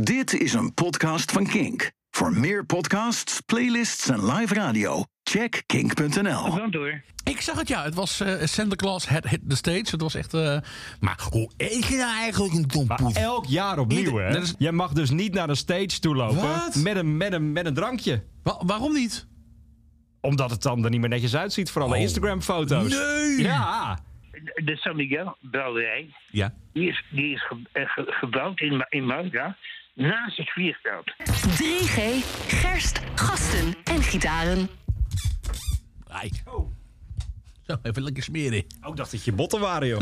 Dit is een podcast van Kink. Voor meer podcasts, playlists en live radio, check kink.nl. Dan door. Ik zag het, ja. Het was eh Santa Claus had hit the stage. Het was echt... eh, maar hoe eet je nou eigenlijk een tompoes? Elk jaar opnieuw, Ieder- hè? dat is- Jij mag dus niet naar de stage toe lopen Wat? met een, met, een, met een drankje. Wa- waarom niet? Omdat het dan er niet meer netjes uitziet voor alle Oh. Instagram-foto's. Nee! Ja. De San Miguel brouwerij, Ja. die is, die is ge- eh, ge- gebouwd in, Ma- in Malaga, naast het vliegveld. 3G, gerst, gasten en gitaren. Ai. Zo, even lekker smeren. Ook Oh, dacht dat je botten waren, joh.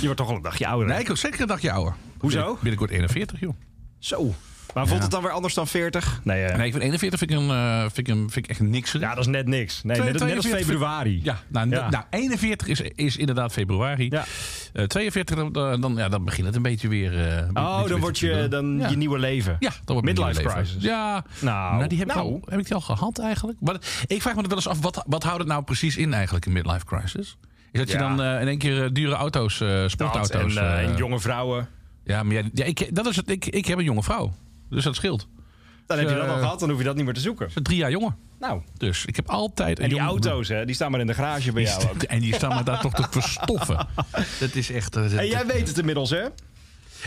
je wordt toch al een dagje ouder, hè? Nee, ik was zeker een dagje ouder. Hoezo? Binnen- Binnenkort 41, joh. Zo. Maar voelt het dan weer anders dan 40? Nee, eh, Nee, ik vind 41 vind ik, een, eh, vind ik, een, vind ik echt niks. ja, dat is net niks. Nee, net, net als 42 februari. Ja, nou, Ja. nou 41 is, is inderdaad februari. Ja. Eh, 42, dan, dan, dan- ja, dan begint het een beetje weer... eh, een Oh, beetje dan weer wordt te je kriebelen. dan Ja. je nieuwe leven. Ja, dat wordt Midlife mijn leven. crisis. Ja, Nou, nou, die heb, nou. Ik al, heb ik die al gehad eigenlijk. Maar ik vraag me er wel eens af, wat, wat houdt het nou precies in eigenlijk, een midlife crisis? Is dat je Ja. dan eh, in één keer eh, dure auto's, eh, Dat en, sportauto's... eh, eh, en jonge vrouwen. Ja, maar jij- ja, ik, dat is het, ik, ik heb een jonge vrouw. Dus dat scheelt. Dan heb je dat eh, al gehad, dan hoef je dat niet meer te zoeken. Ze is drie jaar jonger. Nou, Dus ik heb altijd... een en die jonge- auto's, hè, die staan maar in de garage bij jou ook. En die staan me daar toch te verstoffen. Dat is echt... eh, dat- En jij weet het inmiddels, hè?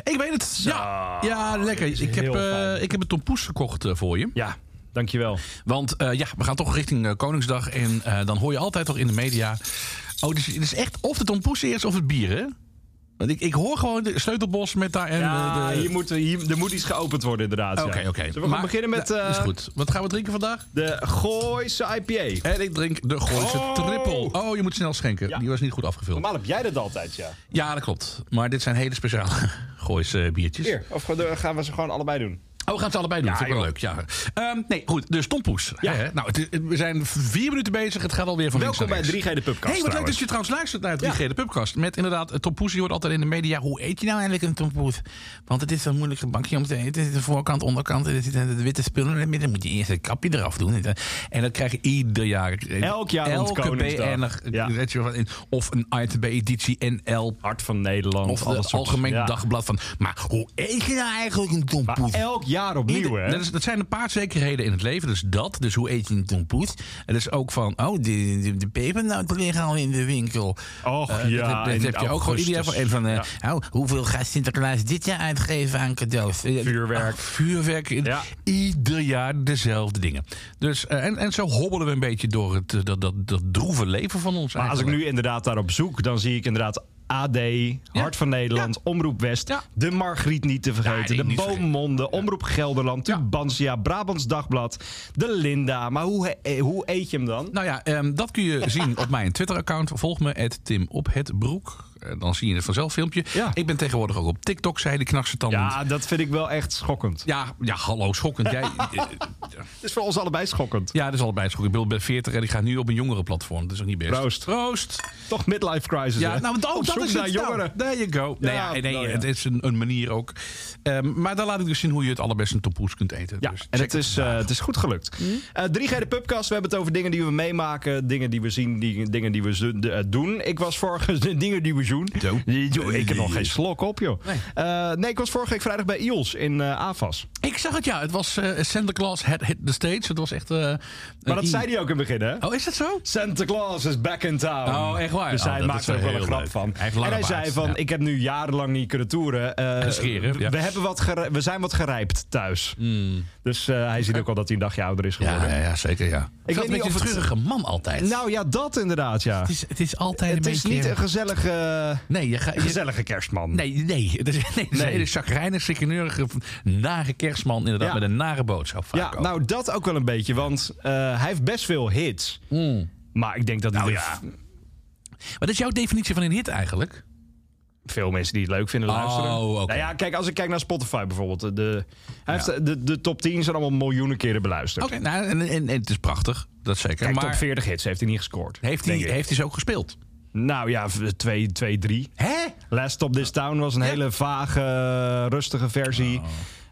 Ik weet het. Ja, ja lekker. is Ik heb, heel eh, fijn. ik heb een tompoes gekocht eh, voor je. Ja, dankjewel. Want eh, ja, we gaan toch richting eh, Koningsdag. En eh, dan hoor je altijd toch in de media... Oh, dus het is echt of de tompoes eerst of het bier, hè? Want ik, ik hoor gewoon de sleutelbos met daar... en, Ja, eh, de- hier moet, hier, er moet iets geopend worden, inderdaad. Oké, ja. oké. Zullen we gaan Maar- beginnen met Ja, is eh, goed. Wat gaan we drinken vandaag? de Gooise IPA? En ik drink de Gooise Oh! triple. Oh, je moet snel schenken. Die was niet goed afgevuld. Normaal heb jij dat altijd, ja. Ja, dat klopt. Maar dit zijn hele speciale Gooise biertjes. Hier, of gewoon- eh, gaan we ze gewoon allebei doen? Oh, we gaan het allebei doen. Vind ik wel leuk. Ja. Ehm, nee, goed. Dus tompoes. Ja. Hè? Nou, het is- het- we zijn vier minuten bezig. Het gaat alweer van Welkom bij links 3G de Pubcast Hey, wat leuk trouwens. dat je trouwens luistert naar het Ja. 3G de Pubcast. Met inderdaad, eh, tompoes. Je hoort altijd in de media. Hoe eet je nou eigenlijk een tompoes? Want het is zo'n moeilijk gebakje om te eten. Er zit een voorkant, onderkant. Er zitten de witte spullen in het midden. Dan moet je eerst een kapje eraf doen. En dat krijg je ieder jaar. Elk jaar rond Elke Koningsdag. BN'er, Ja. eh, weet je wel, in- Of een ITB-editie NL. Hart van Nederland, Of alle het soorten. algemeen Ja. dagblad van. Maar hoe eet je nou eigenlijk een Maar tompoes? elk jaar opnieuw, Ieder- hè? dat, is- dat zijn een paar zekerheden in het leven. Dus dat, dus hoe eet je een tompoes? En dat is ook van, oh, de, de, de pepernoten liggen al in de winkel. Och, Eh, dat ja, heb- Dat, heb in je ook gewoon augustus. ieder jaar van. En van, eh, oh, hoeveel gaat Sinterklaas dit jaar uitgeven aan cadeaus? Eh, Vuurwerk. ach, vuurwerk. Ja. Ieder jaar dezelfde dingen. Dus, eh, en, en zo hobbelen we een beetje door het, eh, dat, dat, dat droeve leven van ons Maar als ik eigenlijk. nu inderdaad daarop zoek, dan zie ik inderdaad AD, Hart van Nederland, Omroep West, Ja. de Margriet niet te Ja, vergeten, die de niet vergeten. Boommonden, Omroep Gelderland, Tubantia, Brabants Dagblad, de Linda. Maar hoe, he- eh, hoe eet je hem dan? Nou ja, ehm, dat kun je zien op mijn Twitter-account. Volg me, Tim op het broek. Eh, Dan zie je het vanzelf filmpje. Ja. Ik ben tegenwoordig ook op TikTok, zei de knakse tanden. Ja, dat vind ik wel echt schokkend. Ja, ja, hallo, schokkend. Jij, eh, Het is voor ons allebei schokkend. ja, dat is allebei schokkend. Ik bedoel, ik ben 40 en ik ga nu op een jongere platform. Dat is ook niet best. Proost. Proost. Toch midlife crisis, Ja, hè? nou, want ook Op dat zoek is naar het. Nou, jongeren. there you go. Ja, Nee, ja, nee, nou ja. Het is een, een manier ook. Ehm, maar dan laat ik dus zien hoe je het allerbest een tompoes kunt eten. Ja, Dus check en het is, eh, het is goed gelukt. Eh 3G de Pubcast, we hebben het over dingen die we meemaken, dingen die we zien, die, dingen die we zo- de- eh, doen. Ik was vorige dingen die we doen. Zo. Die doen. Ik heb nog geen slok op, joh. Nee. Eh, nee, ik was vorige week vrijdag bij IOS in eh AFAS. Ik zag het, ja. Het was eh Santa Claus had hit the stage. Het was echt... eh, Maar een dat i- zei hij ook in het begin, hè? Oh, is dat zo? Santa Claus is back in town. Oh, echt waar? Dus Oh, hij dat maakte is wel er ook wel heel een grap leuk. van. Hij heeft en lange hij baard, zei van, ja. ik heb nu jarenlang niet kunnen toeren. Eh, En scheren, ja. Hmm. we, hebben wat gere- we zijn wat gerijpt thuis. Dus eh, hij ziet ook al dat hij een dagje ouder is geworden. Ja, ja, ja, zeker, ja. Ik weet weet niet niet of een het- treurige man altijd. Nou ja, dat inderdaad, ja. het, is, het is altijd Het een is beetje... niet een gezellige, Nee, je gaat... je- gezellige kerstman. Nee, nee. Het is, nee, het is Nee. een hele chagrijnige, sikkeneurige, nare kerstman inderdaad. Ja. Met een nare boodschap vaak Ja, ook. nou dat ook wel een beetje, want eh, hij heeft best veel hits. Maar ik denk dat er Hmm. Nou ja. Wat is jouw definitie van een hit eigenlijk? veel mensen die het leuk vinden luisteren. Oh, oké. Nou ja, kijk, als ik kijk naar Spotify bijvoorbeeld. eh, De, hij Ja. heeft, de, de top 10 zijn allemaal miljoenen keren beluisterd. Oké, nou, en, en, en het is prachtig. Dat zeker. Kijk, maar top 40 hits heeft hij niet gescoord. heeft, hij, denk ik. heeft hij ze ook gespeeld? Nou ja, 2, 2, 3. Hè? Oh. Last Stop This Town was een hele vage, rustige versie.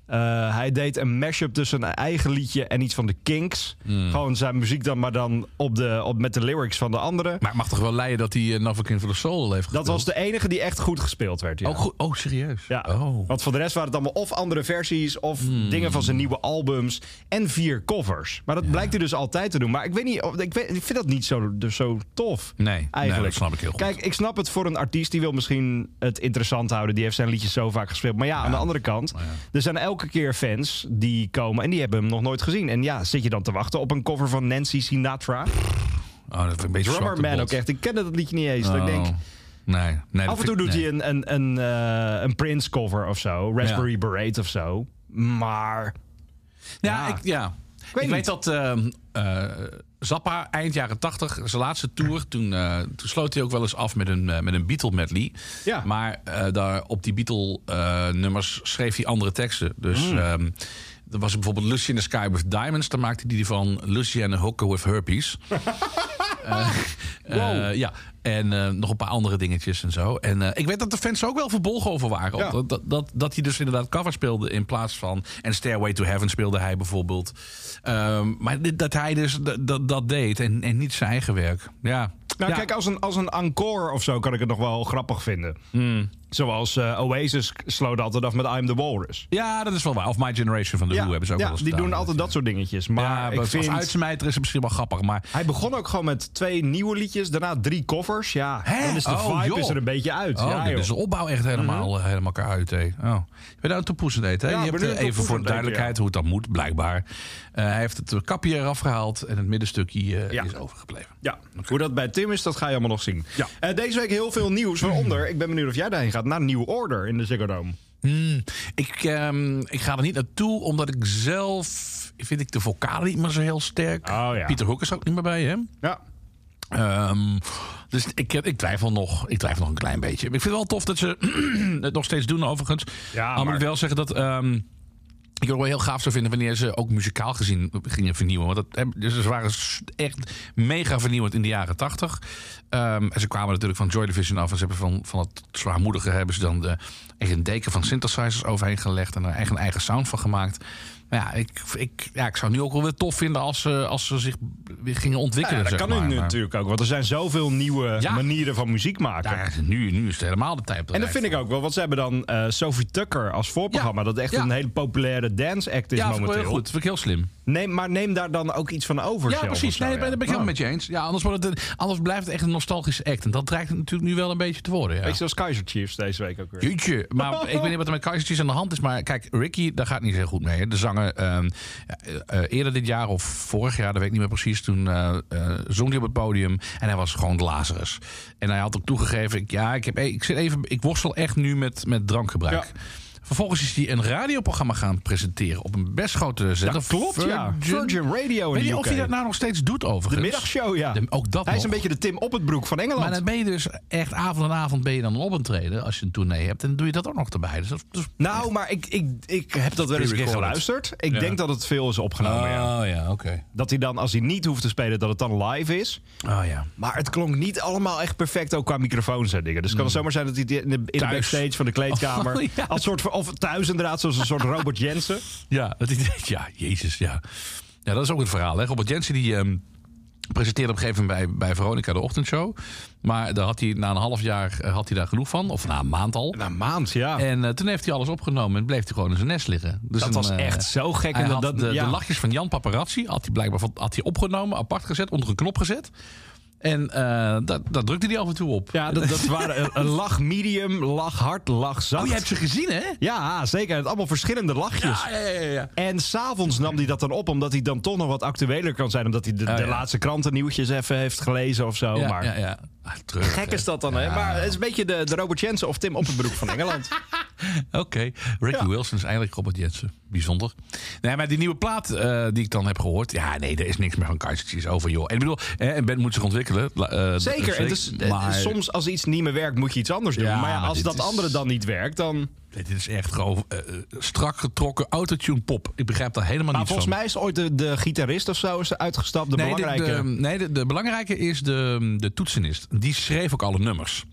Eh, hij deed een mashup tussen een eigen liedje en iets van de Kinks. Hmm. Gewoon zijn muziek dan, maar dan op de, op, met de lyrics van de andere. Maar het mag toch wel leiden dat hij uh, Navakin for the Soul heeft Dat gespeeld? was de enige die echt goed gespeeld werd. Ja. Oh, goed. oh serieus? Ja, Oh. Hmm. want voor de rest waren het allemaal of andere versies... of dingen van zijn nieuwe albums en vier covers. Maar dat blijkt hij dus altijd te doen. Maar ik, weet niet, of- ik, weet, ik vind dat niet zo, dus zo tof. Nee, nee, eigenlijk. dat snap ik heel goed. Kijk, ik snap het voor een artiest die wil misschien het interessant houden. Die heeft zijn liedjes zo vaak gespeeld. Maar ja, aan de andere kant, er zijn elke keer fans die komen... en die hebben hem nog nooit gezien. En ja, zit je dan te wachten op een cover van Nancy Sinatra? Oh, dat is een beetje zwak Drummer de Man bot. ook echt. Ik ken dat liedje niet eens. Dat ik Oh. denk, Nee, nee, Af en toe doet hij een, een, een, eh, een Prince cover of zo. Raspberry Ja. Beret of zo. Maar Ja, Ja. ik, ja. ik, weet weet, niet. dat ehm, eh, Zappa eind jaren 80, zijn laatste tour, toen, eh, toen sloot hij ook wel eens af met een, eh, met een Beatle medley. Ja. Maar eh, daar, op die Beatle eh, nummers schreef hij andere teksten. Dus Hmm. ehm, er was bijvoorbeeld Lucy in the Sky with Diamonds. Daar maakte hij die van Lucy and a Hooker with Herpes. Eh, ja, en eh, nog een paar andere dingetjes en zo. En eh, ik weet dat de fans er ook wel verbolgen over waren. Ja. Dat, dat, dat, dat hij dus inderdaad cover speelde in plaats van... En Stairway to Heaven speelde hij bijvoorbeeld. Ehm, maar dit- dat hij dus dat- dat, dat deed en, en niet zijn eigen werk. Ja. nou, Ja. kijk, als een, als een encore of zo kan ik het nog wel grappig vinden. Hmm. Zoals eh, Oasis sloot altijd af met I'm the Walrus. Ja, dat is wel waar. Of My Generation van de Who hebben ze ook ja, wel eens die gedaan. doen altijd dat soort dingetjes. Maar Ja, ik maar vind... als uitsmijter is het misschien wel grappig, maar... Hij begon ook gewoon met twee nieuwe liedjes, daarna drie covers. Ja, Hè? dan is de Oh, vibe joh. is er een beetje uit. Oh, ja, dit joh. Mm-hmm. is de opbouw echt helemaal, eh, helemaal uit. Hé. Oh. Ik ben nou een toepoesend eten. Ja, je ben hebt nu een eh, even voor toepoesend de eten, duidelijkheid hoe het dan moet, blijkbaar. Eh, hij heeft het kapje eraf gehaald en het middenstukje eh, Ja. is overgebleven. Ja, hoe dat bij Tim is, dat ga je allemaal nog zien. Ja. Eh, deze week heel veel nieuws, waaronder, ik ben benieuwd of jij daarheen gaat, naar New Order in de Ziggo Dome. Hmm, ik, ehm, ik ga er niet naartoe, omdat ik zelf... vind ik de vocalen niet meer zo heel sterk. Oh, ja. Pieter Hoek is ook niet meer bij, hè? Ja, Ehm, dus ik, heb- ik twijfel nog. Ik twijfel nog een klein beetje. Ik vind het wel tof dat ze het nog steeds doen, overigens. Ja, Al moet maar- ik wel zeggen dat... ehm, ik het wel heel gaaf zou vinden wanneer ze ook muzikaal gezien gingen vernieuwen. Want dat, heb- dus ze waren s- echt mega vernieuwend in de jaren tachtig. Ehm, en ze kwamen natuurlijk van Joy Division af. En ze hebben van, van het zwaarmoedige hebben ze dan de, echt een deken van synthesizers overheen gelegd. En er eigen, eigen sound van gemaakt. Maar ja, ik, ik, ja, ik zou het nu ook wel weer tof vinden als ze, als ze zich weer gingen ontwikkelen. Nou ja, dat zeg kan maar. nu Maar- natuurlijk ook, want er zijn zoveel nieuwe Ja. manieren van muziek maken. daar is het nu, nu is het helemaal de tijd. op de En dat rij vind ik voor. ook wel, want ze hebben dan eh, Sophie Tucker als voorprogramma. Ja. Dat echt Ja. een hele populaire dance act is Ja, vind ik wel momenteel. heel goed. Vind ik heel slim. Neem, maar neem daar dan ook iets van over. Ja, zelf of precies. zo, Nee, ja. daar ben ik helemaal Ah. met je eens. eh, Ja, anders, wordt het, een- anders blijft het echt een nostalgische act. En dat dreigt het natuurlijk nu wel een beetje te worden. Ja. Weet je, zoals Kaiser Chiefs deze week ook weer. Jeetje, maar ik weet niet wat er met Kaiser Chiefs aan de hand is. Maar kijk, Ricky, daar gaat niet zo goed mee. hè. De zanger, ehm, eh, eh, eerder dit jaar of vorig jaar, dat weet ik niet meer precies... toen eh, eh, zong hij op het podium en hij was gewoon Lazarus. En hij had ook toegegeven, ik, ja, ik, heb, e- ik, zit even, ik worstel echt nu met, met drankgebruik. Ja. Vervolgens is hij een radioprogramma gaan presenteren op een best grote zender. Dat klopt, ja. Virgin Radio in Weet je de of hij dat UK. nou nog steeds doet overigens? De middagshow, ja. De- ook dat Hij is nog. een beetje de Tim op het broek van Engeland. Maar dan ben je dus echt avond en avond ben je dan op een treden als je een tournee hebt. En dan doe je dat ook nog erbij. Dus dat, dus Nou, maar ik, ik, ik heb dat wel eens een keer Pre-recorded. geluisterd. Ik Ja. denk dat het veel is opgenomen. ja. Oh ja, oké. Dat hij dan, als hij niet hoeft te spelen, dat het dan live is. Oh ja. Maar het klonk niet allemaal echt perfect, ook qua microfoons en dingen. Dus het kan zomaar zijn dat hij in de, in de Thuis. backstage van de kleedkamer... Oh, ja. als soort van, of thuis inderdaad, zoals een soort Robert Jensen. Ja, dat idee. Ja, jezus, ja. Ja, dat is ook het verhaal. Hè. Robert Jensen die ehm, presenteerde op een gegeven moment bij, bij Veronica de ochtendshow. Maar daar had hij, na een half jaar eh, had hij daar genoeg van. Of na een maand al. Na een maand, ja. En eh, toen heeft hij alles opgenomen en bleef hij gewoon in zijn nest liggen. Dus Oh. dat een, was eh, echt zo gek. Hij En had dat, de, ja. de lachjes van Jan Paparazzi had hij blijkbaar van, had hij opgenomen, apart gezet, onder een knop gezet. En eh dat, dat drukte hij af en toe op. Ja, dat, dat waren een, een lach medium, lach hard, lach zacht. oh, je hebt ze gezien, hè? Ja, zeker. Het allemaal verschillende lachjes. Ja, ja, ja, ja. En s'avonds nam hij dat dan op, omdat hij dan toch nog wat actueler kan zijn. Omdat hij de, Ah, de ja. laatste krantennieuwtjes even heeft gelezen of zo. ja, maar ja, ja. Ah, terug, gek hè. is dat dan, hè? Maar het is een beetje de, de Robert Jensen of Tim Oppenbroek van Engeland. Oké, Ricky Ja. Wilson is eindelijk Robert Jensen. Bijzonder. Nee, maar die nieuwe plaat eh, die ik dan heb gehoord... Ja, nee, er is niks meer van Kaiser Chiefs over, joh. En ik bedoel, hè, een band moet zich ontwikkelen. la- eh, dat- Zeker. En dus, eh, maar Soms als iets niet meer werkt, moet je iets anders doen. Ja, maar ja, maar als dit dat is- andere dan niet werkt, dan... dit is echt gewoon eh, eh, strak getrokken autotune pop. Ik begrijp daar helemaal Maar niets van. volgens mij is ooit de, de gitarist of zo is uitgestapt. De nee, belangrijke... De, de- nee, de, de belangrijke is de, de toetsenist. Die schreef ook alle nummers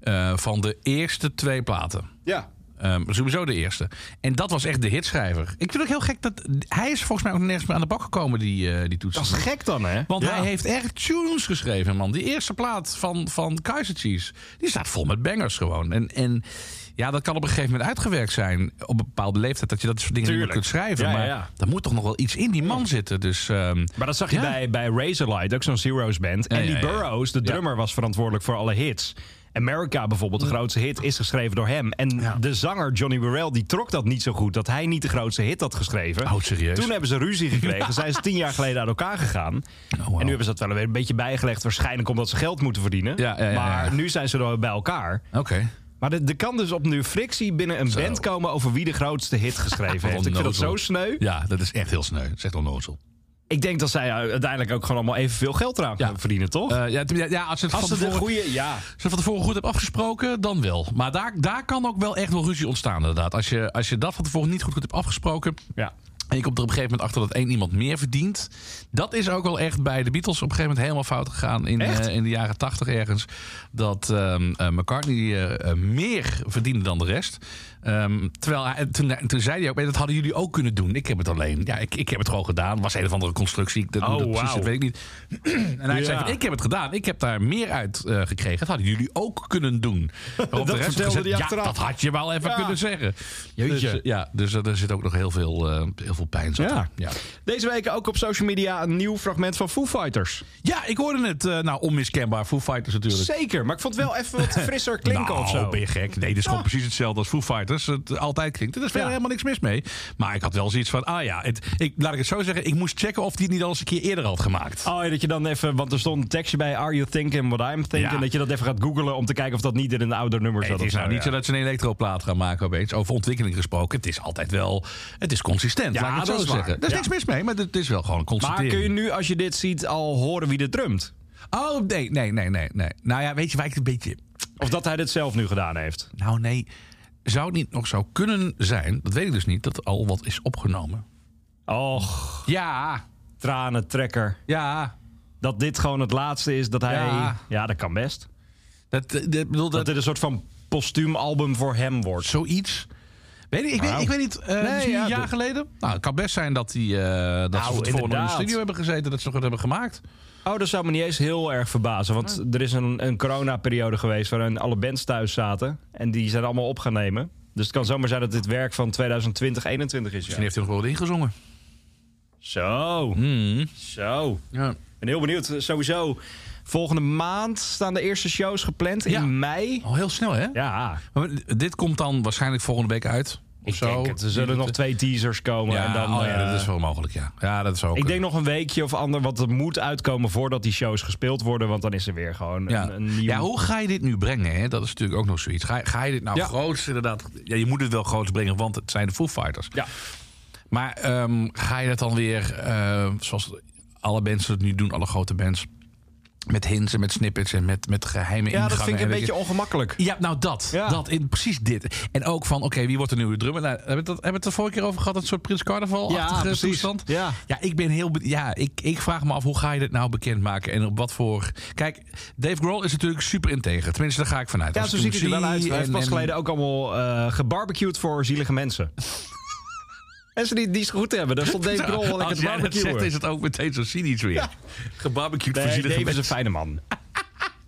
eh, van de eerste twee platen. Ja. Eh, Ehm, sowieso de eerste. En dat was echt de hitschrijver. Ik vind het ook heel gek dat... Hij is volgens mij ook nergens meer aan de bak gekomen, die, eh, die toetsen. Dat is gek dan, hè? Want Ja. hij heeft echt tunes geschreven, man. Die eerste plaat van, van Kaiser Chiefs, die staat vol met bangers gewoon. En, en ja, dat kan op een gegeven moment uitgewerkt zijn. Op een bepaalde leeftijd dat je dat soort dingen niet meer Tuurlijk. kunt schrijven. Ja, ja, maar ja. er moet toch nog wel iets in die man zitten. Dus, ehm, Maar dat zag je Ja. bij, bij Razorlight, ook zo'n Zero's band. Ja, en die ja, ja. Burroughs, de drummer, was verantwoordelijk voor alle hits. America bijvoorbeeld, de grootste hit, is geschreven door hem. En de zanger Johnny Burrell, die trok dat niet zo goed. Dat hij niet de grootste hit had geschreven. Oh, serieus? Toen hebben ze ruzie gekregen. Zijn ze tien jaar geleden uit elkaar gegaan. oh, wow. En nu hebben ze dat wel een beetje bijgelegd. Waarschijnlijk omdat ze geld moeten verdienen. Ja, ja, ja, ja. Maar nu zijn ze er wel bij elkaar. Oké. Maar er er kan dus opnieuw frictie binnen een band komen... over wie de grootste hit geschreven heeft. Ik vind dat Onnozel. zo sneu. Ja, dat is echt heel sneu. Dat is echt onnozel. Ik denk dat zij eh, uiteindelijk ook gewoon allemaal evenveel geld eraan gaan Ja. verdienen, toch? Eh, ja, t- ja, ja, als ze het Oh. Als van ze de tevoren, goede, ja. als je van tevoren goed hebt afgesproken, dan wel. Maar daar, daar kan ook wel echt wel ruzie ontstaan, inderdaad. Als je, als je dat van tevoren niet goed, goed hebt afgesproken, ja. En je komt er op een gegeven moment achter dat één iemand meer verdient. Dat is ook wel echt bij de Beatles op een gegeven moment helemaal fout gegaan. In, Echt? eh, in de jaren tachtig ergens. Dat ehm, eh, McCartney eh, eh, meer verdiende dan de rest. Ehm, terwijl hij- toen, toen zei hij ook, "Maar dat hadden jullie ook kunnen doen. Ik heb het alleen. Ja, ik, ik heb het gewoon gedaan. Was een of andere constructie. Ik- Dat, Oh, dat precies, wauw. dat weet ik niet. en hij Ja. zei, van, ik heb het gedaan. Ik heb daar meer uit eh, gekregen. Dat hadden jullie ook kunnen doen. Waarop de rest heeft vertelde gezegd, hij achteraf. Ja, dat had je wel even Ja. kunnen zeggen. Jeetje. Dus, eh, ja, dus er zit ook nog heel veel, eh, heel veel pijn. zat Ja. er. Ja. Deze week ook op social media een nieuw fragment van Foo Fighters. ja, ik hoorde het. eh, nou, onmiskenbaar. Foo Fighters natuurlijk. Zeker, maar ik vond het wel even wat frisser klinken nou, of zo. ben je gek? Nee, dit is gewoon Ja. precies hetzelfde als Foo Fighters. Het altijd klinkt. Er is verder Ja. helemaal niks mis mee. Maar ik had wel zoiets van, ah ja, het, ik, laat ik het zo zeggen. Ik moest checken of die het niet al eens een keer eerder had gemaakt. Oh, ja, dat je dan even, want er stond een tekstje bij Are You Thinking What I'm Thinking? Ja. Dat je dat even gaat googlen om te kijken of dat niet in een ouder nummer Nee, zat. het is of nou niet zo ja. dat ze een elektroplaat gaan maken opeens. Over ontwikkeling gesproken. Het is altijd wel... Het is consistent, Ja, laat ik het zo dat is waar. zeggen. Er is Ja. niks mis mee, maar het is wel gewoon een Maar constatering. kun je nu, als je dit ziet, al horen wie dit drumt? Oh, nee, nee, nee, nee, nee. Nou ja, weet je waar ik het een beetje... Of dat hij dit zelf nu gedaan heeft? Nou nee, zou het niet nog zo kunnen zijn... dat weet ik dus niet, dat er al wat is opgenomen. Och, Ja, tranentrekker. ja. Dat dit gewoon het laatste is dat hij... Ja. Ja, dat kan best. Dat, eh, dat, bedoel, Dat dat, dit een soort van postuum album voor hem wordt. zoiets... Weet ik, ik, weet, Nou. ik weet niet, eh dat is nu ja, een jaar dat- geleden. Nou, het kan best zijn dat, die, eh, dat ze Nou, van tevoren nog in de inderdaad. studio hebben gezeten... dat ze nog wat hebben gemaakt. Oh, dat zou me niet eens heel erg verbazen. Want er is een, een coronaperiode geweest waarin alle bands thuis zaten. En die zijn allemaal op gaan nemen. Dus het kan zomaar zijn dat dit werk van 2020, 21 is. ja. Misschien heeft hij nog wel wat ingezongen. Zo, zo. Ja. Ik ben heel benieuwd. Sowieso, volgende maand staan de eerste shows gepland in Ja. mei. Al heel snel, hè? Ja, Maar dit komt dan waarschijnlijk volgende week uit. Of ik zo. denk het. Er zullen nog twee teasers komen. Ja, en dan, oh ja, eh, dat is wel mogelijk, ja. Ja, dat is ook. eh, Ik denk nog een weekje of ander, want het moet uitkomen voordat die shows gespeeld worden. Want dan is er weer gewoon Ja. een, een nieuw... ja, hoe ga je dit nu brengen? Hè? Dat is natuurlijk ook nog zoiets. Ga, ga je dit nou Ja. groots inderdaad... Ja, je moet het wel groots brengen, want het zijn de Foo Fighters. Ja. Maar ehm, ga je dat dan weer, eh, zoals alle bands het nu doen, alle grote bands... met hints en met snippets en met, met geheime ja, ingangen. dat vind ik en een weet je- beetje ongemakkelijk. Ja, nou dat. Ja. dat in, precies dit. En ook van, oké, wie wordt de nieuwe drummer? Nou, hebben we het- hebben we het er vorige keer over gehad? Dat soort Prins Carnaval-achtige precies. toestand? Ja. Ja, ik ben heel. be- Ja, ik, ik vraag me af hoe ga je dit nou bekendmaken en op wat voor. Kijk, Dave Grohl is natuurlijk super integer. Tenminste, daar ga ik vanuit. Ja, Als zo ik ziet hem hij er wel zie uit. Hij heeft en- pas en- geleden ook allemaal eh gebarbecued voor zielige mensen. mensen die, die het goed hebben. Daar stond Dave Grohl wel lekker Als te jij dat zegt, is barbecuen. het ook meteen zo cynisch weer. Gebarbecued voor Nee, zielige Dave is mensen. een fijne man.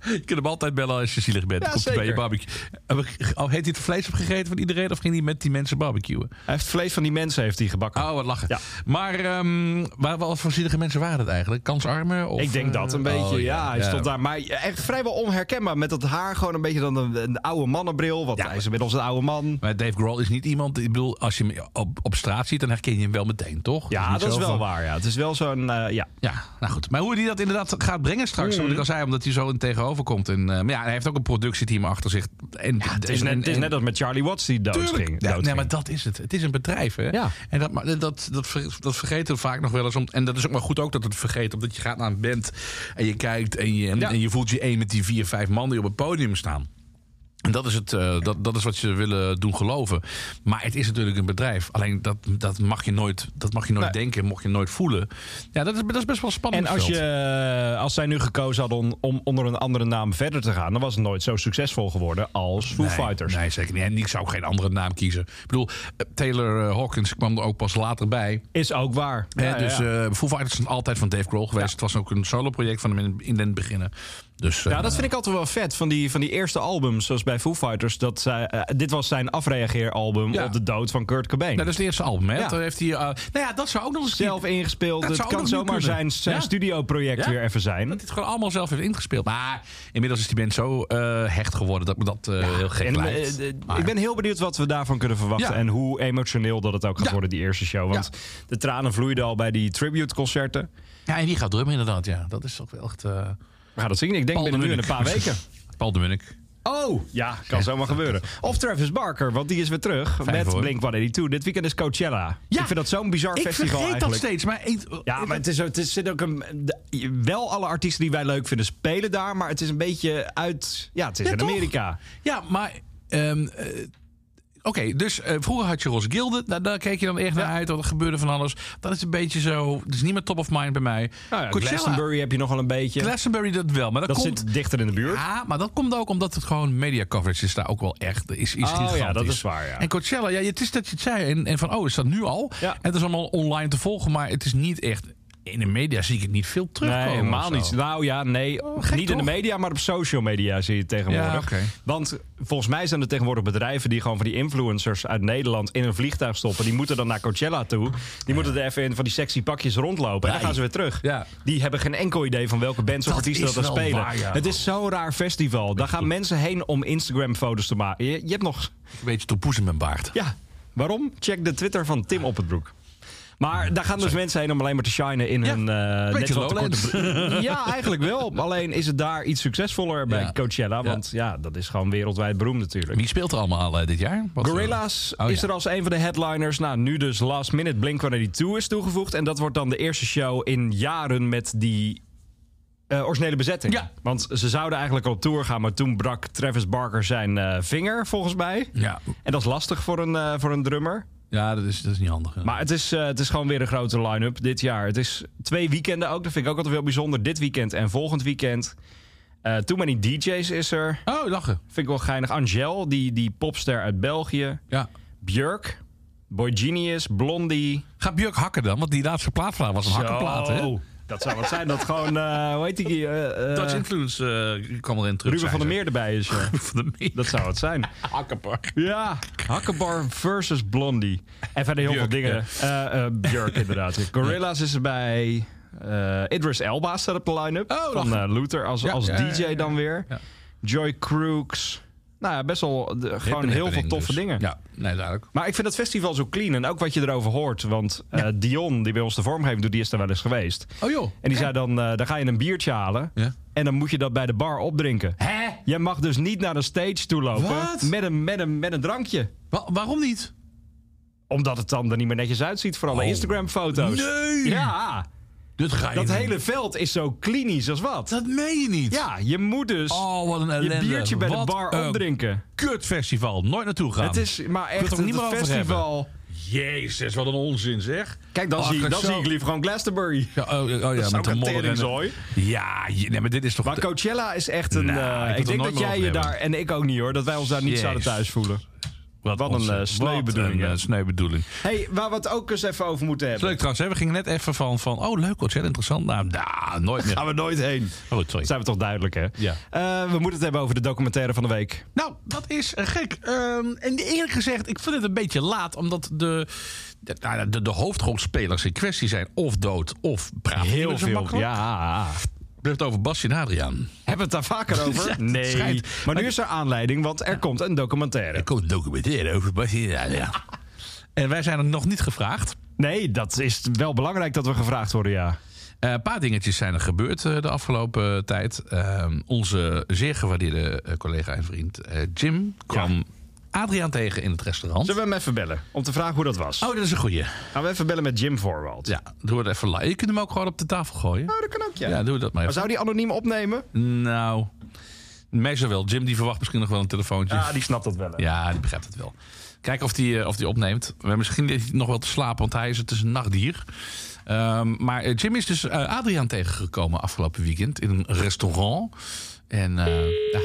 Je kunt hem altijd bellen als je zielig bent. Ja, Komt hij bij je zeker. barbecue. oh, Heeft hij het vlees opgegeten van iedereen of ging hij met die mensen barbecuen? Hij heeft vlees van die mensen heeft hij gebakken. Oh, wat lachen. Ja. Maar ehm waar, wat voor zielige mensen waren dat eigenlijk? Kansarmen? Of, ik denk eh, dat een beetje. oh, ja, hij stond daar. Maar echt vrijwel onherkenbaar. Met dat haar gewoon een beetje dan een, een oude mannenbril. Want Ja. hij is inmiddels een oude man. Maar Dave Grohl is niet iemand... Ik bedoel, als je hem op, op straat ziet, dan herken je hem wel meteen, toch? Het Ja, niet dat is zo wel van- waar. Ja. Het is wel zo'n... eh, ja. Ja, nou goed. Maar hoe hij dat inderdaad gaat brengen Mm. straks, wat ik al zei, omdat hij zo in tegenover komt. En, eh, maar ja, hij heeft ook een productieteam achter zich. En, Het is, net, het is net als met Charlie Watts die dood Tuurlijk. ging. Ja, dood nee, maar ging. dat is het. Het is een bedrijf, hè? Ja. En dat, ma- dat, dat, ver- dat vergeten we vaak nog wel eens. Om, en dat is ook maar goed ook dat het vergeten. Omdat je gaat naar een band en je kijkt en je, Ja. en je voelt je één met die vier, vijf man die op het podium staan. En dat is, het, eh, dat, dat is wat ze willen doen geloven. Maar het is natuurlijk een bedrijf. Alleen dat, dat mag je nooit, dat mag je nooit Nee. denken, mocht je nooit voelen. Ja, dat is, dat is best wel spannend. En als, je, eh, als zij nu gekozen hadden om, om onder een andere naam verder te gaan, dan was het nooit zo succesvol geworden als Foo Nee, Fighters. Nee, zeker niet. En ik zou ook geen andere naam kiezen. Ik bedoel, eh, Taylor eh, Hawkins kwam er ook pas later bij. Is ook waar. Hè, Ja, dus ja. eh Foo Fighters is altijd van Dave Grohl geweest. Het was ook een solo-project van hem in, in den beginnen. Dus, eh, Ja, dat vind ik altijd wel vet van die, van die eerste albums, zoals bij Foo Fighters. Dat zij, eh, dit was zijn afreageeralbum Ja. op de dood van Kurt Cobain. Nou, dat is het eerste album, hè? Ja. Daar heeft hij, eh, nou ja, dat zou ook nog eens... Zelf ingespeeld. Dat Het zou ook kan nog nu zomaar kunnen. zijn, zijn Ja. studioproject Ja. weer even zijn. Dat hij het gewoon allemaal zelf heeft ingespeeld. Maar inmiddels is die band zo eh, hecht geworden dat me dat eh, heel gek En, lijkt. eh, eh, Maar- Ik ben heel benieuwd wat we daarvan kunnen verwachten. Ja. En hoe emotioneel dat het ook gaat Ja. worden, die eerste show. Want Ja. de tranen vloeiden al bij die tribute-concerten. Ja, en die gaat drummen inderdaad, ja. Dat is toch wel echt... eh We gaan dat zien. Ik denk Paul de binnen nu in een Munnik. paar weken. Paul de Munnik. Oh, ja, kan zomaar gebeuren. Of Travis Barker, want die is weer terug met hoor. Blink-182. Dit weekend is Coachella. Ja. Ik vind dat zo'n bizar Ik festival vergeet dat eigenlijk. steeds, maar... Ik, Ja, maar het, is, ook- het is- zit ook een, de- wel alle artiesten die wij leuk vinden spelen daar. Maar het is een beetje uit... Ja, het is Ja, in toch? Amerika. Ja, maar. ehm, eh, Oké, dus eh, vroeger had je Ros Gilde. Daar, daar keek je dan echt naar uit. want Er gebeurde van alles. Dat is een beetje zo. Het is niet meer top of mind bij mij. Nou ja, Coachella- Glastonbury heb je nog wel een beetje. Glastonbury dat wel. Maar dat, dat komt. zit dichter in de buurt. Ja, maar dat komt ook omdat het gewoon media coverage is daar ook wel echt. Is, is Oh ja, gigantisch. dat is waar, ja. En Coachella, ja, het is dat je het zei. En, en van, oh, is dat nu al? Ja. En het is allemaal online te volgen, maar het is niet echt. In de media zie ik het niet veel terugkomen. Nee, of helemaal zo. Oh, niet. Nou ja, nee. gek niet in de toch? media, maar op social media zie je het tegenwoordig. Ja, oké. Want volgens mij zijn er tegenwoordig bedrijven die gewoon van die influencers uit Nederland in een vliegtuig stoppen. Die moeten dan naar Coachella toe. Die moeten er even in van die sexy pakjes rondlopen. En dan gaan ze weer terug. Ja. Die hebben geen enkel idee van welke bands of Dat artiesten is dat er wel spelen. waar, ja. Het is zo'n raar festival. Daar gaan mensen heen om Instagram-foto's te maken. Je, je hebt nog Een beetje te poes in mijn baard. ja, waarom? Check de Twitter van Tim op het broek. Maar daar gaan dus mensen heen om alleen maar te shinen in Ja, hun eh net beetje wat te Lowlands. korte broek. Ja, eigenlijk wel. Alleen is het daar iets succesvoller bij Ja. Coachella. Ja. Want ja, dat is gewoon wereldwijd beroemd natuurlijk. Wie speelt er allemaal eh, dit jaar? Wat, eh, Gorilla's Oh, is ja. er als een van de headliners. Nou, nu dus Last Minute Blink-182 is toegevoegd. En dat wordt dan de eerste show in jaren met die eh, originele bezetting. Ja. Want ze zouden eigenlijk al op tour gaan, maar toen brak Travis Barker zijn eh, vinger, volgens mij. Ja, En dat is lastig voor een, eh, voor een drummer. Ja, dat is, dat is niet handig. ja. Maar het is, eh, het is gewoon weer een grote line-up dit jaar. Het is twee weekenden ook. Dat vind ik ook altijd wel bijzonder. Dit weekend en volgend weekend. Eh Too Many DJ's is er. oh, lachen. Vind ik wel geinig. Angel, die, die popster uit België. Ja. Björk. Boy Genius. Blondie. Gaat Björk hakken dan? Want die laatste plaat van haar was een hakkenplaat, hè? Zo. Dat zou wat zijn. Dat gewoon, eh hoe heet die? eh, eh, Dutch Influence eh, kwam erin terug. Ruben van der zei Meer erbij is. ja. ze. van der Meer. Dat zou het zijn. Hakkenpark. Ja, Hakkenbar versus Blondie. En verder heel Björk, veel dingen. Eh, eh, Björk, inderdaad. Gorilla's is erbij. Eh, Idris Elba staat op de line-up. Oh, van lachen. eh, Luther als, Ja, als ja, DJ ja, ja, dan weer. ja. Joy Crooks. Nou ja, best wel de- gewoon heel veel toffe Dus. dingen. Ja, nee, duidelijk. Maar ik vind dat festival zo clean. En ook wat je erover hoort. Want eh, Dion, die bij ons de vormgeving doet, die is daar wel eens geweest. Oh joh. En die zei dan, eh, dan ga je een biertje halen. Ja. En dan moet je dat bij de bar opdrinken. Hè? Je mag dus niet naar de stage toe lopen Wat? met een, met, een, met een drankje. Wa- waarom niet? Omdat het dan er niet meer netjes uitziet voor alle Oh. Instagram-foto's. Nee. Ja, Dit ga je dat doen. hele veld is zo klinisch als wat. Dat meen je niet. Ja, je moet dus Oh, wat een je ellende. biertje bij Wat de bar een opdrinken. Kutfestival. Nooit naartoe gaan. Het is maar wil echt het er een niet meer over festival. Jezus, wat een onzin zeg. Kijk, dan, Oh, zie, ik ik- dan zo- zie ik liever gewoon Glastonbury. Ja, oh, oh, ja, is met ook de een modder. teringzooi. en- Ja, je- nee, maar dit is toch... Maar de- Coachella is echt een... Nou, ik eh, wil ik, er denk nooit dat meer jij over je hebben. daar... En ik ook niet hoor, dat wij ons daar niet zouden Jezus. thuis voelen. wat een, onzin. eh, sneubedoeling, Wat een hè. eh, sneubedoeling. hey, waar we het ook eens even over moeten Is hebben. Leuk trouwens, hè? we gingen net even van, van oh leuk, wat heel interessant. Nou, nah, nooit meer. Gaan we nooit heen. Oh, goed, sorry. Zijn we toch duidelijk, hè? Ja. Eh, we moeten het hebben over de documentaire van de week. Nou, dat is eh, gek. Ehm, en eerlijk gezegd, ik vind het een beetje laat, omdat de, de, nou ja, de, de hoofdrolspelers in kwestie zijn of dood of praten. niet meer Heel zo veel. makkelijk. Ja. Het blijft over Basje en Adriaan. Hebben we het daar vaker over? Ja, het nee. schijnt. Maar nu is er aanleiding, want er komt een documentaire. Er komt een documentaire over Basje en Adriaan. En wij zijn er nog niet gevraagd. Nee, dat is wel belangrijk dat we gevraagd worden, ja. Eh, Een paar dingetjes zijn er gebeurd eh, de afgelopen eh, tijd. Ehm, onze zeer gewaardeerde eh, collega en vriend eh, Jim kwam Adriaan tegen in het restaurant. Zullen we hem even bellen? Om te vragen hoe dat was. Oh, dat is een goeie. Gaan we even bellen met Jim Voorwald? Ja, doe het even live. Je kunt hem ook gewoon op de tafel gooien. Oh, dat kan ook, ja. Ja, doe dat maar Maar even. zou die anoniem opnemen? Nou, Meestal wel. Jim die verwacht misschien nog wel een telefoontje. Ja, Ah, die snapt dat wel. hè. Ja, die begrijpt het wel. Kijken of die, eh, of die opneemt. We misschien ligt hij nog wel te slapen, want hij is, het is een nachtdier. Ehm, maar eh, Jim is dus eh, Adriaan tegengekomen afgelopen weekend in een restaurant. En eh, ja,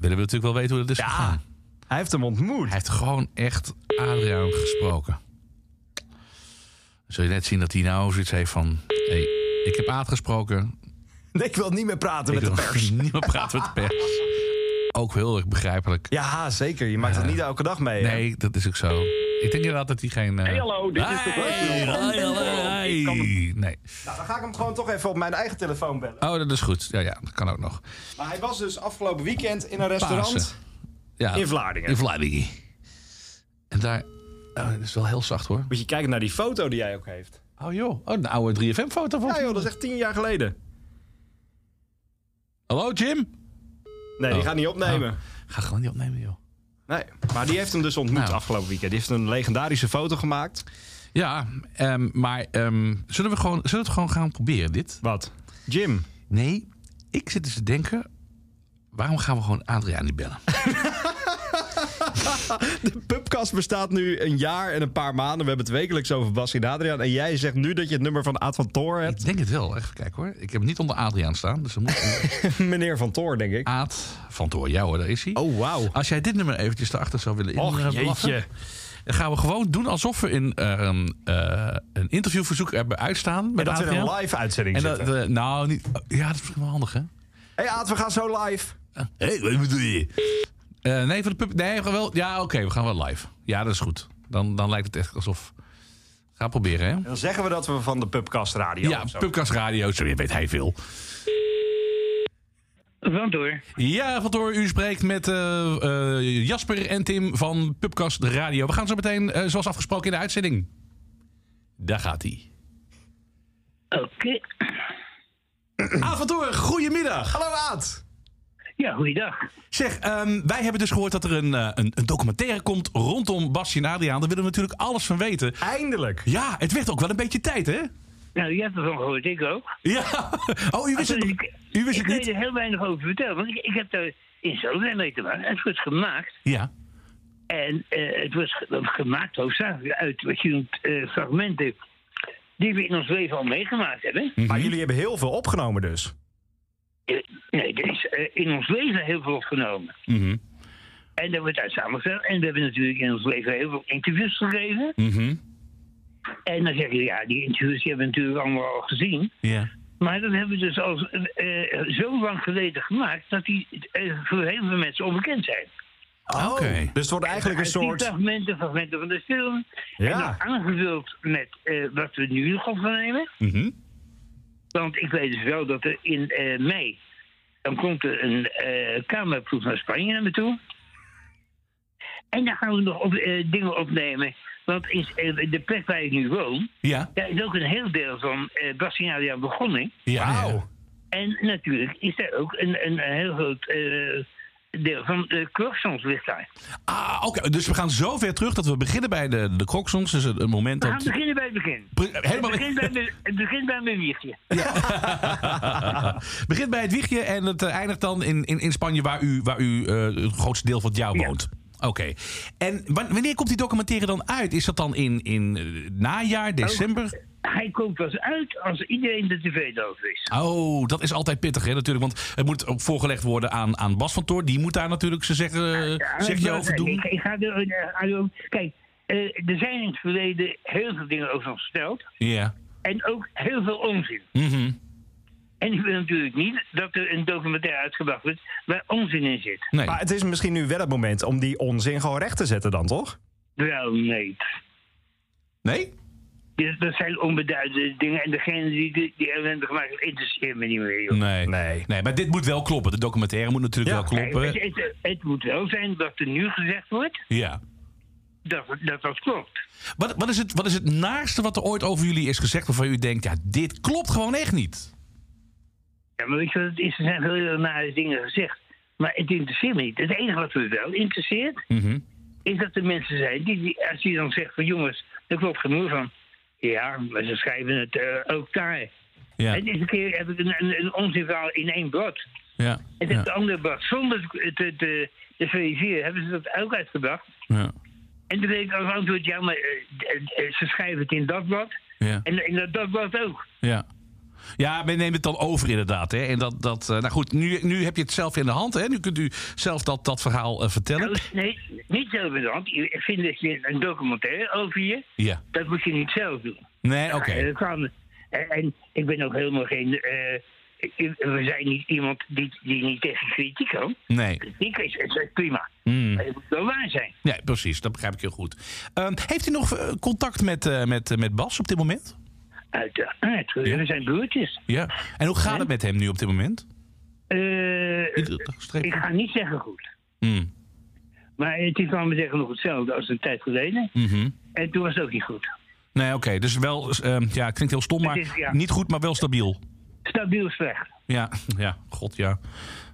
willen we natuurlijk wel weten hoe dat is gegaan. Hij heeft hem ontmoet. Hij heeft gewoon echt Adriaan gesproken. Zul je net zien dat hij nou zoiets heeft van... Hey, ik heb Aad gesproken, Nee, ik wil niet meer praten ik met de wil pers. Niemand praat met de pers. Ook heel erg begrijpelijk. Ja, zeker. Je maakt het niet elke dag mee. hè? Nee, dat is ook zo. Ik denk inderdaad dat hij geen... eh, Hey, hallo, dit is de Hey, voicemail van hey, Tempo. hey, Ik kan Nee. Nou, dan ga ik hem gewoon toch even op mijn eigen telefoon bellen. Oh, dat is goed. Ja, ja, dat kan ook nog. Maar hij was dus afgelopen weekend in Pasen. een restaurant Ja, in Vlaardingen. Ah. in Vlaardingen. En daar... Oh, dat is wel heel zacht hoor. Moet je kijken naar die foto die jij ook heeft. Oh joh, oh, een oude 3FM-foto van. Ja joh, dat is echt tien jaar geleden. Hallo Jim? Nee, die Oh. gaat niet opnemen. Ga gewoon niet opnemen joh. Nee, maar die heeft hem dus ontmoet Nou. afgelopen weekend. Die heeft een legendarische foto gemaakt. Ja, ehm, maar ehm, zullen, we gewoon, zullen we het gewoon gaan proberen dit? Wat? Jim. Nee, ik zit dus te denken... Waarom gaan we gewoon Adriaan niet bellen? De pubcast bestaat nu een jaar en een paar maanden. We hebben het wekelijks over Bas en Adriaan. En jij zegt nu dat je het nummer van Aad van Toor hebt. Ik denk het wel. Even kijken hoor. Ik heb het niet onder Adriaan staan. Dus dan moet Meneer van Toor, denk ik. Aad van Toor. Ja hoor, daar is hij. Oh, wauw. Als jij dit nummer eventjes erachter zou willen Och, in- eh, blaffen, jeetje. Dan gaan we gewoon doen alsof we in, eh, een, eh, een interviewverzoek hebben uitstaan. Met En dat we in Adriaan. een live uitzending En dat, zitten. eh, nou, niet, ja, dat is misschien wel handig hè. Hé hey Aad, we gaan zo live. Hé, wat bedoel je? Eh, nee, voor de pub. Nee, we gaan wel. Ja, oké, we gaan wel live. Ja, dat is goed. Dan, dan lijkt het echt alsof. Ga proberen, hè? En dan zeggen we dat we van de pubcast radio Ja, of zo. Pubcast Radio, zo weet hij veel. Wel door. Ja, Vantoor, u spreekt met eh, eh, Jasper en Tim van Pubcast Radio. We gaan zo meteen, eh, zoals afgesproken, in de uitzending. Daar gaat hij. Oké. Avontoor, Ah, goedemiddag. Hallo Aad. Ja, goeiedag. Zeg, ehm, wij hebben dus gehoord dat er een, eh, een, een documentaire komt rondom Bastien en Adriaan. Daar willen we natuurlijk alles van weten. Eindelijk. Ja, het werd ook wel een beetje tijd, hè? Nou, je hebt ervan gehoord, ik ook. Ja. Oh, u wist het, Dus nog- ik, u wist ik het kan je niet? er heel weinig over vertellen, want ik, ik heb daar in zo'n mee te maken. Het wordt gemaakt Ja. En eh, het wordt ge- gemaakt hoofdzakelijk uit wat je noemt eh, fragmenten die we in ons leven al meegemaakt hebben. Mhm. Maar jullie hebben heel veel opgenomen dus. Eh, nee, er is eh, in ons leven heel veel opgenomen. Mhm. En daar wordt uit samengesteld. En we hebben natuurlijk in ons leven heel veel interviews gegeven. Mhm. En dan zeg je, ja, die interviews die hebben we natuurlijk allemaal al gezien. Ja. Maar dat hebben we dus al eh, eh, zo lang geleden gemaakt dat die eh, voor heel veel mensen onbekend zijn. Oh, Oké. Dus het wordt eigenlijk een Uit die soort... fragmenten, fragmenten van de film. En dan Ja. aangevuld met eh, wat we nu nog opnemen. Mhm. Want ik weet dus wel dat er in eh, mei. dan komt er een eh kamerproef naar Spanje naar me toe. En dan gaan we nog op, eh, dingen opnemen. Want is, eh, de plek waar ik nu woon. Ja. daar is ook een heel deel van eh Bastiaan begonnen. Ja. Wauw. ja. En natuurlijk is daar ook een, een heel groot eh, deel van de croissants ligt daar. Ah, oké. Dus we gaan zo ver terug dat we beginnen bij de, de Crocsons. Dus het, het moment We gaan dat... beginnen bij het begin. Pre- Helemaal Het begint bij mijn- het begint bij mijn wiegje. Begint bij het wiegje en het eh, eindigt dan in, in, in Spanje, waar u, waar u eh, het grootste deel van het jaar woont. Oké. En wa- wanneer komt die documentaire dan uit? Is dat dan in, in eh, najaar, december? Hij komt pas uit als iedereen de tv over is. Oh, dat is altijd pittig, hè, natuurlijk. Want het moet ook voorgelegd worden aan, aan Bas van Toor. Die moet daar natuurlijk ze zeggen, Ja, zeg maar, je over eh, doen. Ik, ik ga er, eh, aan doen. Kijk, eh, er zijn in het verleden heel veel dingen over ons verteld. Ja. En ook heel veel onzin. Mhm. En ik wil natuurlijk niet dat er een documentaire uitgebracht wordt waar onzin in zit. Nee. Maar het is misschien nu wel het moment om die onzin gewoon recht te zetten dan, toch? Wel, nee. Nee? Dus dat zijn onbeduidende dingen. En degene die die, die ellende gemaakt heeft, interesseert me niet meer. Joh. Nee. Nee. Nee, maar dit moet wel kloppen. De documentaire moet natuurlijk Ja. wel kloppen. Kijk, het, het- het moet wel zijn dat er nu gezegd wordt Ja. dat dat, dat klopt. Wat, wat, is het, wat is het naarste wat er ooit over jullie is gezegd waarvan u denkt, ja, dit klopt gewoon echt niet? Ja, maar weet je wat het is? Er zijn veel nare dingen gezegd. Maar het interesseert me niet. Het enige wat me wel interesseert, Hm. Mhm. is dat er mensen zijn die, die als je dan zegt van jongens, daar klopt genoeg van. Ja, maar ze schrijven het eh, ook daar. Ja. En deze keer heb ik een, een, een onzinverhaal in één blad. Ja. En Ja. dat de andere bracht. Zonder te, te, te, te feliciteren hebben ze dat ook uitgebracht. Ja. En toen deed ik als antwoord, ja, maar eh, eh, eh, ze schrijven het in dat blad. Ja. En in dat, dat blad ook. Ja. Ja, men neemt het dan over inderdaad. Hè? En dat, dat, eh, nou goed, nu, nu heb je het zelf in de hand. Hè? Nu kunt u zelf dat, dat verhaal eh, vertellen. Nou, nee, niet zelf in de hand. Ik vind dat je een documentaire over je, Ja. dat moet je niet zelf doen. Nee, oké. Ja, eh. dat kan. En, en ik ben ook helemaal geen. eh, ik- we zijn niet iemand die, die niet tegen kritiek kan. Nee. Kritiek is, is, is prima. Hmm. Maar het moet wel waar zijn. nee, precies. Dat begrijp ik heel goed. Ehm, heeft u nog eh, contact met, eh, met, eh, met Bas op dit moment? Uiteraard. eh, We zijn broertjes. Ja. En hoe gaat het met hem nu op dit moment? Eh, Iedere dag strepen? ik ga niet zeggen goed. Hmm. Maar het is wel zeggen nog hetzelfde als een tijd geleden. Mhm. En toen was het ook niet goed. Nee, oké. Dus wel, ehm, ja, het klinkt heel stom, maar Het is, ja. niet goed, maar wel stabiel. Stabiel slecht. Ja, ja, god ja.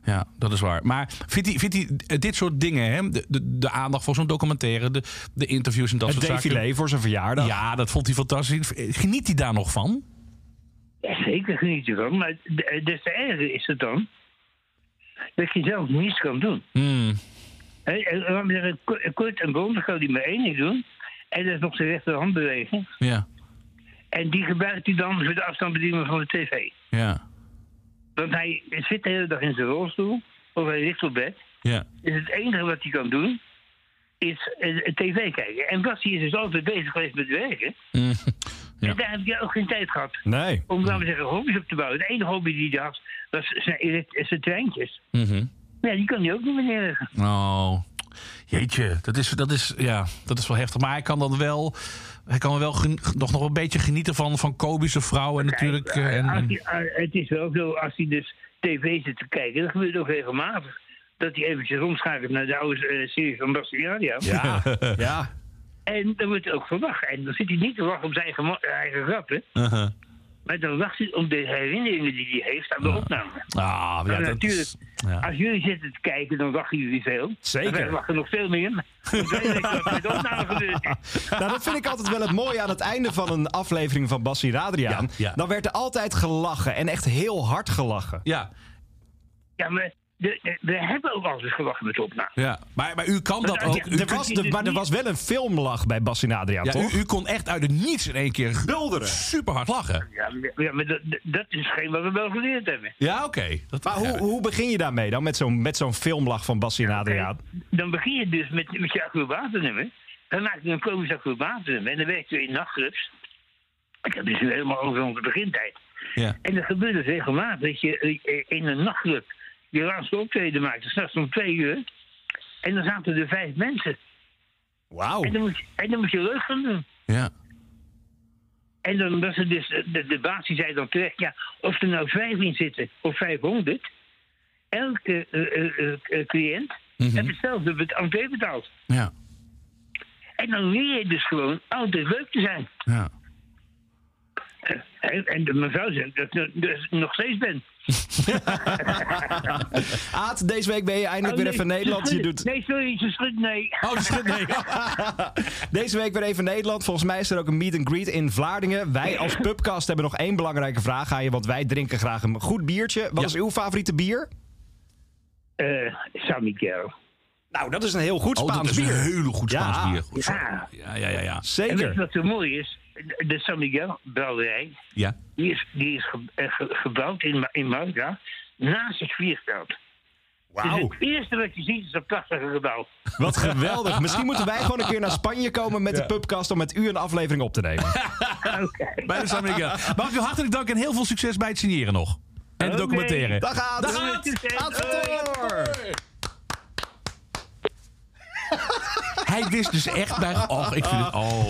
Ja, dat is waar. Maar vindt hij, vindt hij eh, dit soort dingen, hè? De, de, de aandacht voor zo'n documentaire, de, de interviews en dat Het soort zaken. défilé voor zijn verjaardag. Ja, dat vond hij fantastisch. Geniet hij daar nog van? Ja, zeker geniet je van. Maar de- des te erger is het dan dat je zelf niets kan doen. Hmm, Hé, eh, laat me zeggen, ko- eh, kort en bondig kan hij maar één ding doen. En dat is nog zijn rechterhandbeweging. ja, En die gebruikt hij dan voor de afstandsbediening van de tv. ja, Want hij zit de hele dag in zijn rolstoel. Of hij ligt op bed. ja. Dus het enige wat hij kan doen is eh, tv kijken. En Basti is dus altijd bezig geweest met werken. Mm, ja. En daar heb je ook geen tijd gehad Nee. om, laten we zeggen, hobby's op te bouwen. De enige hobby die hij had, was zijn, elekt- zijn treintjes. mhm. Ja, die kan hij ook niet meer neerleggen. Oh, jeetje. Dat is, dat, is, ja, dat is wel heftig. Maar hij kan dan wel, hij kan wel gen- nog, nog een beetje genieten van, van Kobische vrouwen en natuurlijk. eh, en, Als en- die- eh, het is wel zo, als hij dus tv zit te kijken, dat gebeurt ook regelmatig. Dat hij eventjes omschakelt naar de oude eh, serie van Bastiadio. Ja. Ah, ja. En dan wordt hij ook verwacht. En dan zit hij niet te wachten op zijn eigen, mo- eigen grappen. Uh-huh. Maar dan wacht hij op de herinneringen die hij heeft aan de opname. Ah, ja, Maar dat is- ja. Als jullie zitten te kijken, dan wachten jullie veel. Zeker. En wij wachten nog veel meer. Want wij weten wat er met de opname gebeurd is. Nou, dat vind ik altijd wel het mooie aan het einde van een aflevering van Bassi Radriaan. Ja, ja. Dan werd er altijd gelachen en echt heel hard gelachen. Ja, Ja, maar de, de- we hebben ook altijd gewacht met de opname. ja. Maar, maar u kan dat Ja, ook. U Er was, kunt- de- maar er was wel een filmlach bij Bassi Radriaan, Ja, toch? u, u kon echt uit het niets in één keer bulderen. Super hard lachen. Ja, maar- ja, maar dat, dat is geen wat we wel geleerd hebben. Ja, oké. Dat- Maar hoe, ja. hoe begin je daarmee dan met zo'n met zo'n filmlach van Bassi Radriaan? Dan begin je dus met, met je acrobatennummer. Dan maak je een komisch acrobatennummer. En dan werk je in nachtclubs. Dat is nu helemaal over onze begintijd. Ja. En dat gebeurt dus regelmatig dat je eh, in een nachtclub je laatste optreden maakt. Dus s'nachts om twee uur. En dan zaten er vijf mensen. Wauw. En dan moet je, en dan moet je leuk gaan doen. Ja. En dan was het dus, de, de baas die zei dan terecht, ja, of er nou vijf in zitten of 500, elke eh, eh, eh, eh, cliënt heeft hetzelfde bet- entree betaald. Mhm. Ja. En dan leer je dus gewoon altijd leuk te zijn. Eh, Ja. En, en de mevrouw zegt dat ik dus nog steeds ben. Aad, deze week ben je eindelijk Oh, weer even nee, Nederland. ze Je schudden. doet Nee, sorry, ze schudt, nee. Oh, dat is- nee. deze week weer even Nederland. Volgens mij is er ook een meet and greet in Vlaardingen. Wij als pubcast hebben nog één belangrijke vraag aan je, want wij drinken graag een goed biertje. Wat Ja. is uw favoriete bier? Eh, San Miguel. Nou, dat is een heel goed Oh, dat Spaans is een bier. heel goed Spaans Ja. bier. Goed zo. Ja. Ja, ja, ja, ja. En weet je Zeker. wat zo mooi is? De- De San Miguel brouwerij, Ja. die is, die is ge- eh, ge- gebouwd in, Ma- in Malaga, naast het vliegveld. Dus Wauw, het eerste wat je ziet is dat prachtige gebouw. wat geweldig. Misschien moeten wij gewoon een keer naar Spanje komen met de pubcast om met u een aflevering op te nemen. Bij de San Miguel. Mag ik u hartelijk danken en heel veel succes bij het signeren nog. En het Oké. documenteren. Dag Aad. Dag, Doei. Aad. Aad van Toor. Hij wist dus echt bij... Oh, ik vind het... Oh.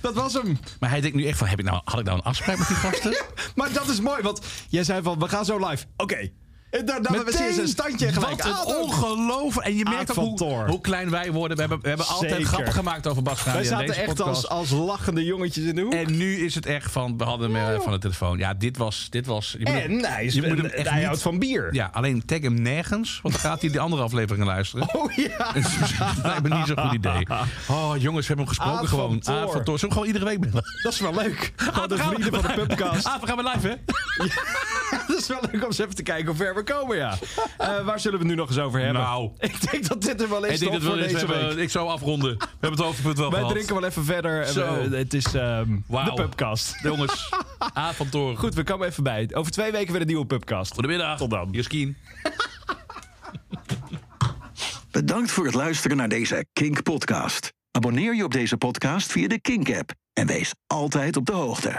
Dat was hem. Maar hij denkt nu echt van, heb ik nou, had ik nou een afspraak met die gasten? Maar dat is mooi, want jij zei van, we gaan zo live. Oké. En daar namen we Meteen. sinds een standje gelijk. Wat een Ah, dat- ongelooflijk. En je merkt Aad ook van hoe, Toor. hoe klein wij worden. We hebben, we hebben altijd Zeker. grappen gemaakt over Bas Schneider Wij in zaten deze echt podcast. als, als lachende jongetjes in de hoek. En nu is het echt van, we hadden hem eh, van de telefoon. Ja, dit was... Dit was je moet hem- En hij, is, je moet hem en echt hij niet- houdt van bier. Ja, alleen tag hem nergens, want dan gaat hij de andere afleveringen luisteren. Dus Oh ja. Dat lijkt me niet zo'n goed idee. Oh, jongens, we hebben hem gesproken Aad van gewoon. Toor. Aad van Toor. Zullen we hem gewoon iedere week bellen? Ah, Dat is wel leuk. Van de vrienden van de pubcast. Ah, we gaan weer live, hè? dat is wel leuk om eens even te kijken hoe ver we komen, ja. Eh, waar zullen we het nu nog eens over hebben? Nou. Ik denk dat dit er wel Ik is denk toch dat we voor wel eens deze hebben- week. Ik zou afronden. We hebben het hoofdpunt wel Wij gehad. drinken wel even verder. en Zo. we- het is ehm, Wauw. de pubcast. Jongens, A van Toren. Goed, we komen even bij. Over twee weken weer een nieuwe pubcast. Goedemiddag. Tot dan. Joskien. Bedankt voor het luisteren naar deze Kink Podcast. Abonneer je op deze podcast via de Kink app en wees altijd op de hoogte.